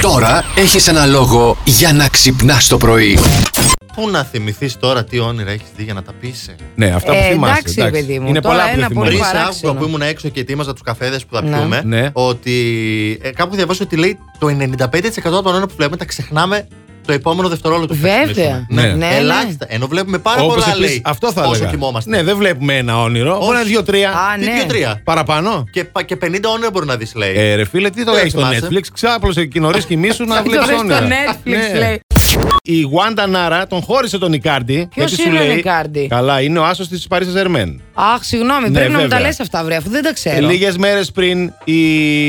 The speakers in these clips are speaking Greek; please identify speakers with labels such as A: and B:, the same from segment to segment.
A: Τώρα έχεις ένα λόγο για να ξυπνάς το πρωί.
B: Πού να θυμηθείς τώρα τι όνειρα έχεις δει για να τα πεις.
C: Ναι, αυτά που
D: Ε,
C: θυμάσαι.
D: εντάξει, παιδί μου,
C: Είναι
D: τώρα
C: πολλά που
D: ένα
C: δεν
D: πολύ
B: Πριν
C: θυμόμαστε.
B: σε άκουγα
D: παράξενο.
B: που ήμουν έξω και ετοίμαζα τους καφέδες που θα
D: Ναι.
B: πιούμε,
C: Ναι.
B: ότι ε, κάπου διαβάζω ότι λέει το 95% των όνειρων που βλέπουμε τα ξεχνάμε το επόμενο δευτερόλεπτο. που θα
D: Βέβαια.
B: ξυπνήσουμε.
C: Ναι. Ναι,
D: ναι.
B: Ελάχιστα. Ενώ βλέπουμε πάρα
C: Όπως
B: πολλά
C: επίσης,
B: λέει.
C: Αυτό θα
B: όσο
C: έλεγα.
B: κοιμόμαστε.
C: Ναι, δεν βλέπουμε ένα όνειρο. Μπορεί να είναι δύο-τρία.
D: Α,
B: Τι
D: ναι.
B: δύο-τρία.
C: Παραπάνω.
B: Και, πα- και 50 όνειρα μπορεί να δεις, λέει.
C: Ε, ρε φίλε, τι το
B: Δεν
C: έχεις στο
B: θυμάσαι.
C: Netflix. Ξάπλωσε και νωρί κοιμήσου να
D: Το
C: βλέπεις
D: δες στο
C: όνειρα.
D: Netflix,
C: Ναι.
D: λέει.
C: Η Γουάντα Νάρα τον χώρισε τον Ικάρντι.
D: Ποιος
C: γιατί σου
D: είναι ο
C: λέει-
D: Νικάρντι?
C: Καλά, είναι ο άσος της Παρίσι Ζερμέν.
D: Αχ, συγγνώμη,
C: Ναι,
D: πρέπει να μου τα
C: βέβαια.
D: λες αυτά, βρε, αφού δεν τα
C: Ε,
D: ξέρω.
C: Λίγες μέρες πριν, η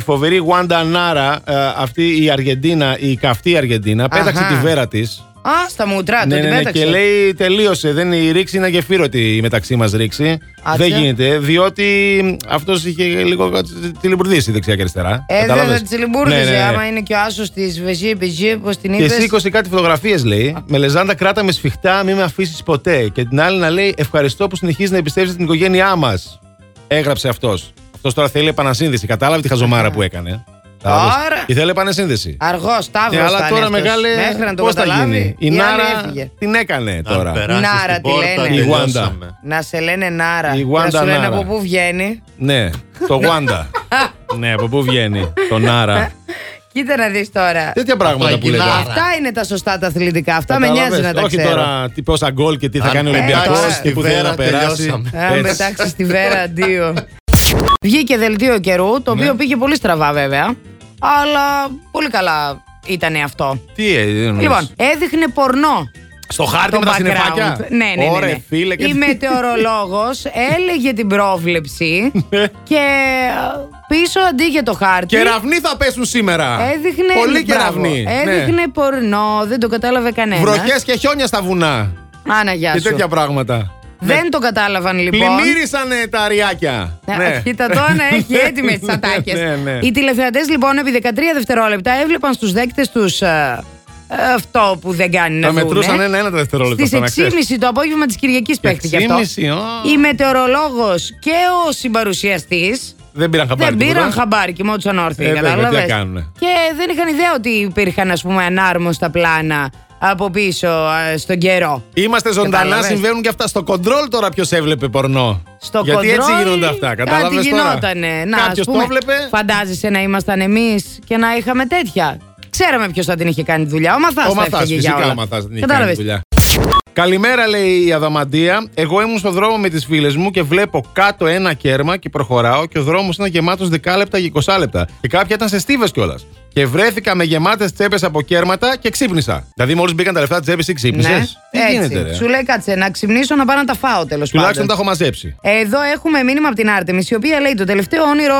C: φοβερή Γουάντα Νάρα, ε, αυτή η Αργεντίνα, η καυτή Αργεντίνα, πέταξε τη βέρα της.
D: Α, στα μούτρα,
C: Ναι,
D: το
C: ναι,
D: την
C: ναι,
D: πέταξε.
C: και λέει τελείωσε. Δεν, η ρήξη είναι αγεφύρωτη η μεταξύ μας ρήξη.
D: Άτσε.
C: Δεν γίνεται. Διότι αυτός είχε λίγο τηλεμπουρδίσει δεξιά και αριστερά.
D: Ε, δεν
C: Κατάλαβες?
D: θα τσιλιμπούρδιζε,
C: Ναι, ναι, ναι.
D: άμα είναι και ο άσος της Βεζί Μπιζί, πώ την
C: Και
D: είπε.
C: σήκωσε κάτι φωτογραφίες, λέει. Με λεζάντα κράτα με σφιχτά, μην με αφήσεις ποτέ. Και την άλλη να λέει: Ευχαριστώ που συνεχίζεις να επιστρέψει την οικογένειά μας. Έγραψε αυτός. Αυτός τώρα θέλει επανασύνδεση. Κατάλαβε τη χαζομάρα που έκανε.
D: Άρα.
C: Και θέλει επανασύνδεση.
D: Αργός, τάβρος.
C: Ναι, αλλά τώρα μεγάλη.
D: Μέχρι να το
C: Πώς θα
D: καταλάβει,
C: γίνει. Η
D: άλλη
C: Νάρα
D: έφυγε.
C: την έκανε
B: Αν
C: τώρα.
B: περάσεις
D: Νάρα
B: την
D: τη
B: πόρτα,
D: λένε.
C: Η Γουάντα.
B: τελειώσαμε.
D: Να σε λένε Νάρα.
C: Η
D: να
C: Wanda
D: σου λένε
C: Νάρα.
D: από πού βγαίνει.
C: Ναι, το Γουάντα. ναι, από πού βγαίνει το Νάρα.
D: Κοίτα να δεις τώρα.
C: Τέτοια πράγματα που λέτε.
B: Αγγελάρα.
D: Αυτά είναι τα σωστά τα αθλητικά. Αυτά με
C: Καταλάβες.
D: νοιάζει να τα
C: Όχι
D: ξέρω.
C: τώρα τι- πόσα γκολ και τι θα
B: Αν
C: κάνει ο
D: πετάξεις
C: Ολυμπιακός
D: τη
C: και που θέλει
B: βέρα,
C: να περάσει.
B: τελειώσαμε.
D: Αν
C: Έτσι.
D: πετάξεις τη βέρα, αντίο. Βγήκε δελτίο καιρού, το
C: Ναι.
D: οποίο πήγε πολύ στραβά βέβαια. Αλλά πολύ καλά ήταν αυτό.
C: Τι ε, εννοείς.
D: Λοιπόν, έδειχνε πορνό
C: Στο χάρτη
D: το
C: με τα
D: background.
C: συννεφάκια.
D: Ναι, ναι, ναι. ναι.
C: Ωρε, φίλε. και
D: Η
C: τι-
D: μετεωρολόγος έλεγε την πρόβλεψη
C: Ναι.
D: και ε, πίσω αντί για το χάρτη.
C: Κεραυνοί θα πέσουν σήμερα.
D: Έδειχνε,
C: Πολύ Ναι.
D: μπράβο,
C: κεραυνοί.
D: Έδειχνε πορνό, δεν το κατάλαβε κανένας.
C: Βροχές και χιόνια στα βουνά.
D: Άνα, γεια
C: Και
D: σου.
C: τέτοια πράγματα.
D: Δεν το κατάλαβαν λοιπόν. Ναι,
C: Πλημμύρισανε τα αριάκια.
D: Α, Κοίτα τώρα να έχει έτοιμες τις ατάκες.
C: Ναι, ναι.
D: Οι τηλεθεατές λοιπόν επί 13 δευτερόλεπτα έβλεπαν στους δέκτες τους ε, αυτό που δεν κάνει να
C: Τα
D: δούνε.
C: μετρούσαν ένα-ένα τα δευτερόλεπτα.
D: Στι 6.30 το απόγευμα της Κυριακής παίχτηκε αυτό.
C: 6.30, ω.
D: Η μετεωρολόγος και ο συμπαρουσιαστής
C: Δεν πήραν χαμπάρι.
D: δεν πήραν
C: τίποτα.
D: χαμπάρι, κοιμόντουσαν όρθιοι.
C: Ε, βέβαια, τι να
D: κατάλαβες.
C: κάνουνε.
D: Και δεν είχαν ιδέα ότι υπήρχαν ας πούμε ανάρμοστα πλάνα από πίσω α, στον καιρό.
C: Είμαστε ζωντανά,
D: Κατάλαβες.
C: συμβαίνουν και αυτά. Στο κοντρόλ τώρα ποιος έβλεπε πορνό.
D: Στο
C: Γιατί έτσι
D: κοντρόλ
C: γίνονται αυτά. Κατάλαβε
D: Κάτι
C: τώρα.
D: γινότανε. Να,
C: Κάποιο
D: ας
C: το
D: πούμε,
C: έβλεπε.
D: Φαντάζεσαι να ήμασταν εμείς και να είχαμε τέτοια. Ξέραμε ποιος θα την είχε κάνει τη δουλειά. Ο Μαθάς
C: Ο
D: θα
C: Μαθάς,
D: έφυγε για
C: φυσικά
D: όλα.
C: ο Μαθά δεν είχε
D: Κατάλαβες.
C: κάνει δουλειά. Καλημέρα, λέει η Αδαμαντία. Εγώ ήμουν στο δρόμο με τις φίλες μου και βλέπω κάτω ένα κέρμα και προχωράω και ο δρόμος ήταν γεμάτος δεκάλεπτα και 20 λεπτά. Και κάποια ήταν σε στίβες κιόλας. Και βρέθηκα με γεμάτες τσέπες από κέρματα και ξύπνησα. Δηλαδή, μόλις μπήκαν τα λεφτά της τσέπης ή ξύπνησες.
D: Ναι,
C: Τι
D: έτσι.
C: γίνεται, ρε.
D: Σου λέει κάτσε να ξυπνήσω να πάω να τα φάω τέλος
C: Τουλάχιστον
D: πάντων.
C: τα έχω μαζέψει.
D: Εδώ έχουμε μήνυμα από την Άρτεμις η οποία λέει το τελευταίο όνειρο,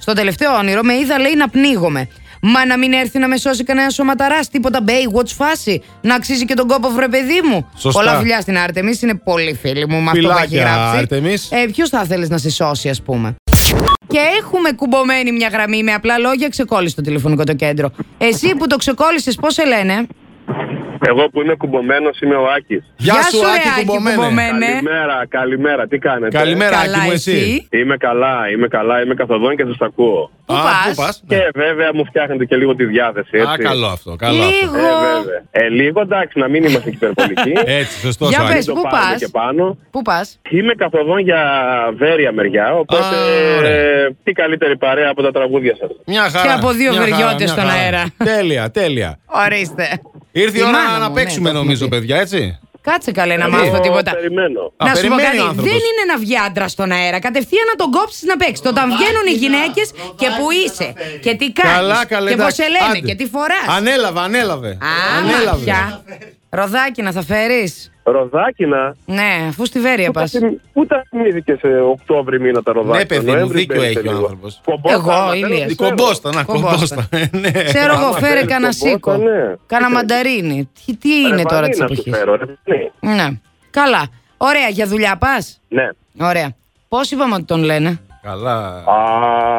D: στο τελευταίο όνειρο με είδα λέει να πνίγομαι. Μα να μην έρθει να με σώσει κανένα σωματαράς, τίποτα Baywatch φάση. Να αξίζει και τον κόπο, βρε παιδί μου.
C: Σωστά.
D: Πολλά φιλιά στην Άρτεμις, είναι πολύ φίλη μου με αυτό που έχει
C: Φιλάκια,
D: γράψει.
C: Άρτεμις.
D: Ε, Ποιος θα θέλεις να σε σώσει, ας πούμε. Και έχουμε κουμπωμένη μια γραμμή με απλά λόγια, ξεκόλλησε το τηλεφωνικό το κέντρο. Εσύ που το ξεκόλλησες, πώς σε λένε.
E: Εγώ που είμαι κουμπωμένος είμαι ο Άκης.
D: ρε, Άκη,
C: κουμπωμένε.
D: κουμπωμένε.
E: Καλημέρα, καλημέρα, τι κάνετε.
C: Καλημέρα, Άκη
D: Καλά,
C: μου, εσύ.
D: εσύ.
E: Είμαι καλά, είμαι καλά, είμαι καθοδόν και σας ακούω.
D: Πού
C: Α,
D: πας?
C: πας? Ναι.
E: Και βέβαια μου φτιάχνετε και λίγο τη διάθεση, έτσι.
C: Α, καλό αυτό. Καλό αυτό.
D: Λίγο.
E: Ε, βέβαια. Ε, λίγο εντάξει, να μην είμαστε υπερβολικοί. Ε,
C: Έτσι, σωστό.
D: Για
C: Άκη.
D: πες.
E: Το
D: πού
E: πάμε
D: πας?
E: και πάνω.
D: Πού πας.
E: Είμαι καθοδόν για βέρεια μεριά, οπότε
C: Α, ωραία.
E: ε, τι καλύτερη παρέα από τα τραγούδια σας.
C: Μια χαρά.
D: Και από δύο
C: μια χαρά,
D: βεριώτες
C: μια
D: στον
C: χαρά.
D: αέρα.
C: Τέλεια, τέλεια.
D: Ορίστε.
C: Ήρθε η
D: Η μάνα
C: ώρα
D: μου,
C: να
D: ναι,
C: παίξουμε,
D: το έχουμε
C: νομίζω,
D: πει.
C: παιδιά, έτσι.
D: Κάτσε καλέ να
E: Εγώ
D: μάθω τίποτα.
E: Περιμένω.
C: Ε, Α,
D: Να σου πω
C: περιμένει
D: κάτι,
C: ο άνθρωπος.
D: δεν είναι να βγει άντρα στον αέρα. Κατευθείαν να τον κόψεις να παίξεις. Όταν βγαίνουν οι γυναίκε και που είσαι και τι
C: Καλά,
D: κάνεις
C: καλά.
D: και πώ
C: εντάξει.
D: σε λένε
C: Άντε.
D: και τι φοράς.
C: Ανέλαβα, ανέλαβε.
D: Α, πια. Ροδάκι να θα φέρεις.
E: Ροδάκινα,
D: Ναι, αφού στη Βέρεια
E: Πού τα
D: πας.
E: θυμ- Πού τα θυμήθηκες σε Οκτώβρη μήνα τα ροδάκια.
C: Ναι, παιδί μου,
E: Νοέμβρη
C: δίκιο
E: πέρυσι
C: έχει ο
E: λίγο.
C: άνθρωπος.
E: Κομπόστα,
D: Εγώ,
E: αλλά δεν
D: Ηλίας.
E: το ξέρω.
C: Κομπόστα, να κομπόστα.
D: Κομπόστα.
C: Ναι.
D: Ξέρω εγώ, φέρε
E: θέλεις
D: κανένα
E: Ε, τον
D: σίκο.
E: Μπότα, ναι.
D: Κάνα
E: Κοίτα.
D: μανταρίνι. Τι, τι
E: Ρε,
D: είναι τώρα
E: βαρύ
D: τη
E: να σου
D: εποχής.
E: φέρω, ρε, ναι.
D: Ναι. Καλά. Ωραία, για δουλειά πας.
E: Ναι.
D: Ωραία. Πώς είπαμε ότι τον λένε.
C: Καλά.
E: Α,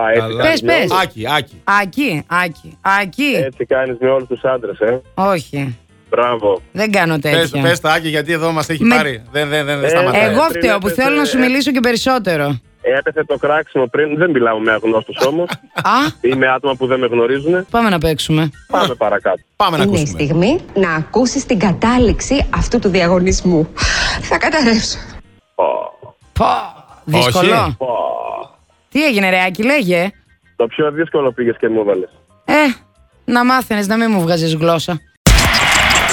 E: έτσι
C: καλά.
D: Πες,
E: κάνεις με
D: πες.
E: όλους-
C: Άκη, άκη.
D: Ακή, Ακή, Ακή.
E: Έτσι κάνεις με όλους τους άντρες, ε.
D: Όχι.
E: Μπράβο.
D: Δεν κάνω
C: Πες,
D: τέτοια.
C: πες τα άκη γιατί εδώ μας έχει
D: Με-
C: πάρει. Δεν, δεν, δεν, δεν
E: Ε,
C: σταματάει.
D: Εγώ
E: πριν
D: φταίω που
E: έπαιζε-
D: θέλω να σου μιλήσω και περισσότερο.
E: Έπεθε Ε, το κράξιμο πριν. Δεν μιλάω με αγνώστους όμως.
D: Α,
E: ή με άτομα που δεν με γνωρίζουν.
D: πάμε να παίξουμε.
E: Πάμε παρακάτω.
C: Πάμε να
D: Ναι,
F: Είναι η
C: ακούσουμε.
F: στιγμή να ακούσεις την κατάληξη αυτού του διαγωνισμού. Θα καταρρεύσω.
D: Πω, δύσκολο.
C: Όχι.
E: Πω,
D: Τι έγινε ρε Άκη, λέγε.
E: Το πιο δύσκολο πήγες και μου έβαλε.
D: Ε, να μάθαινες να μην μου βγάζεις γλώσσα.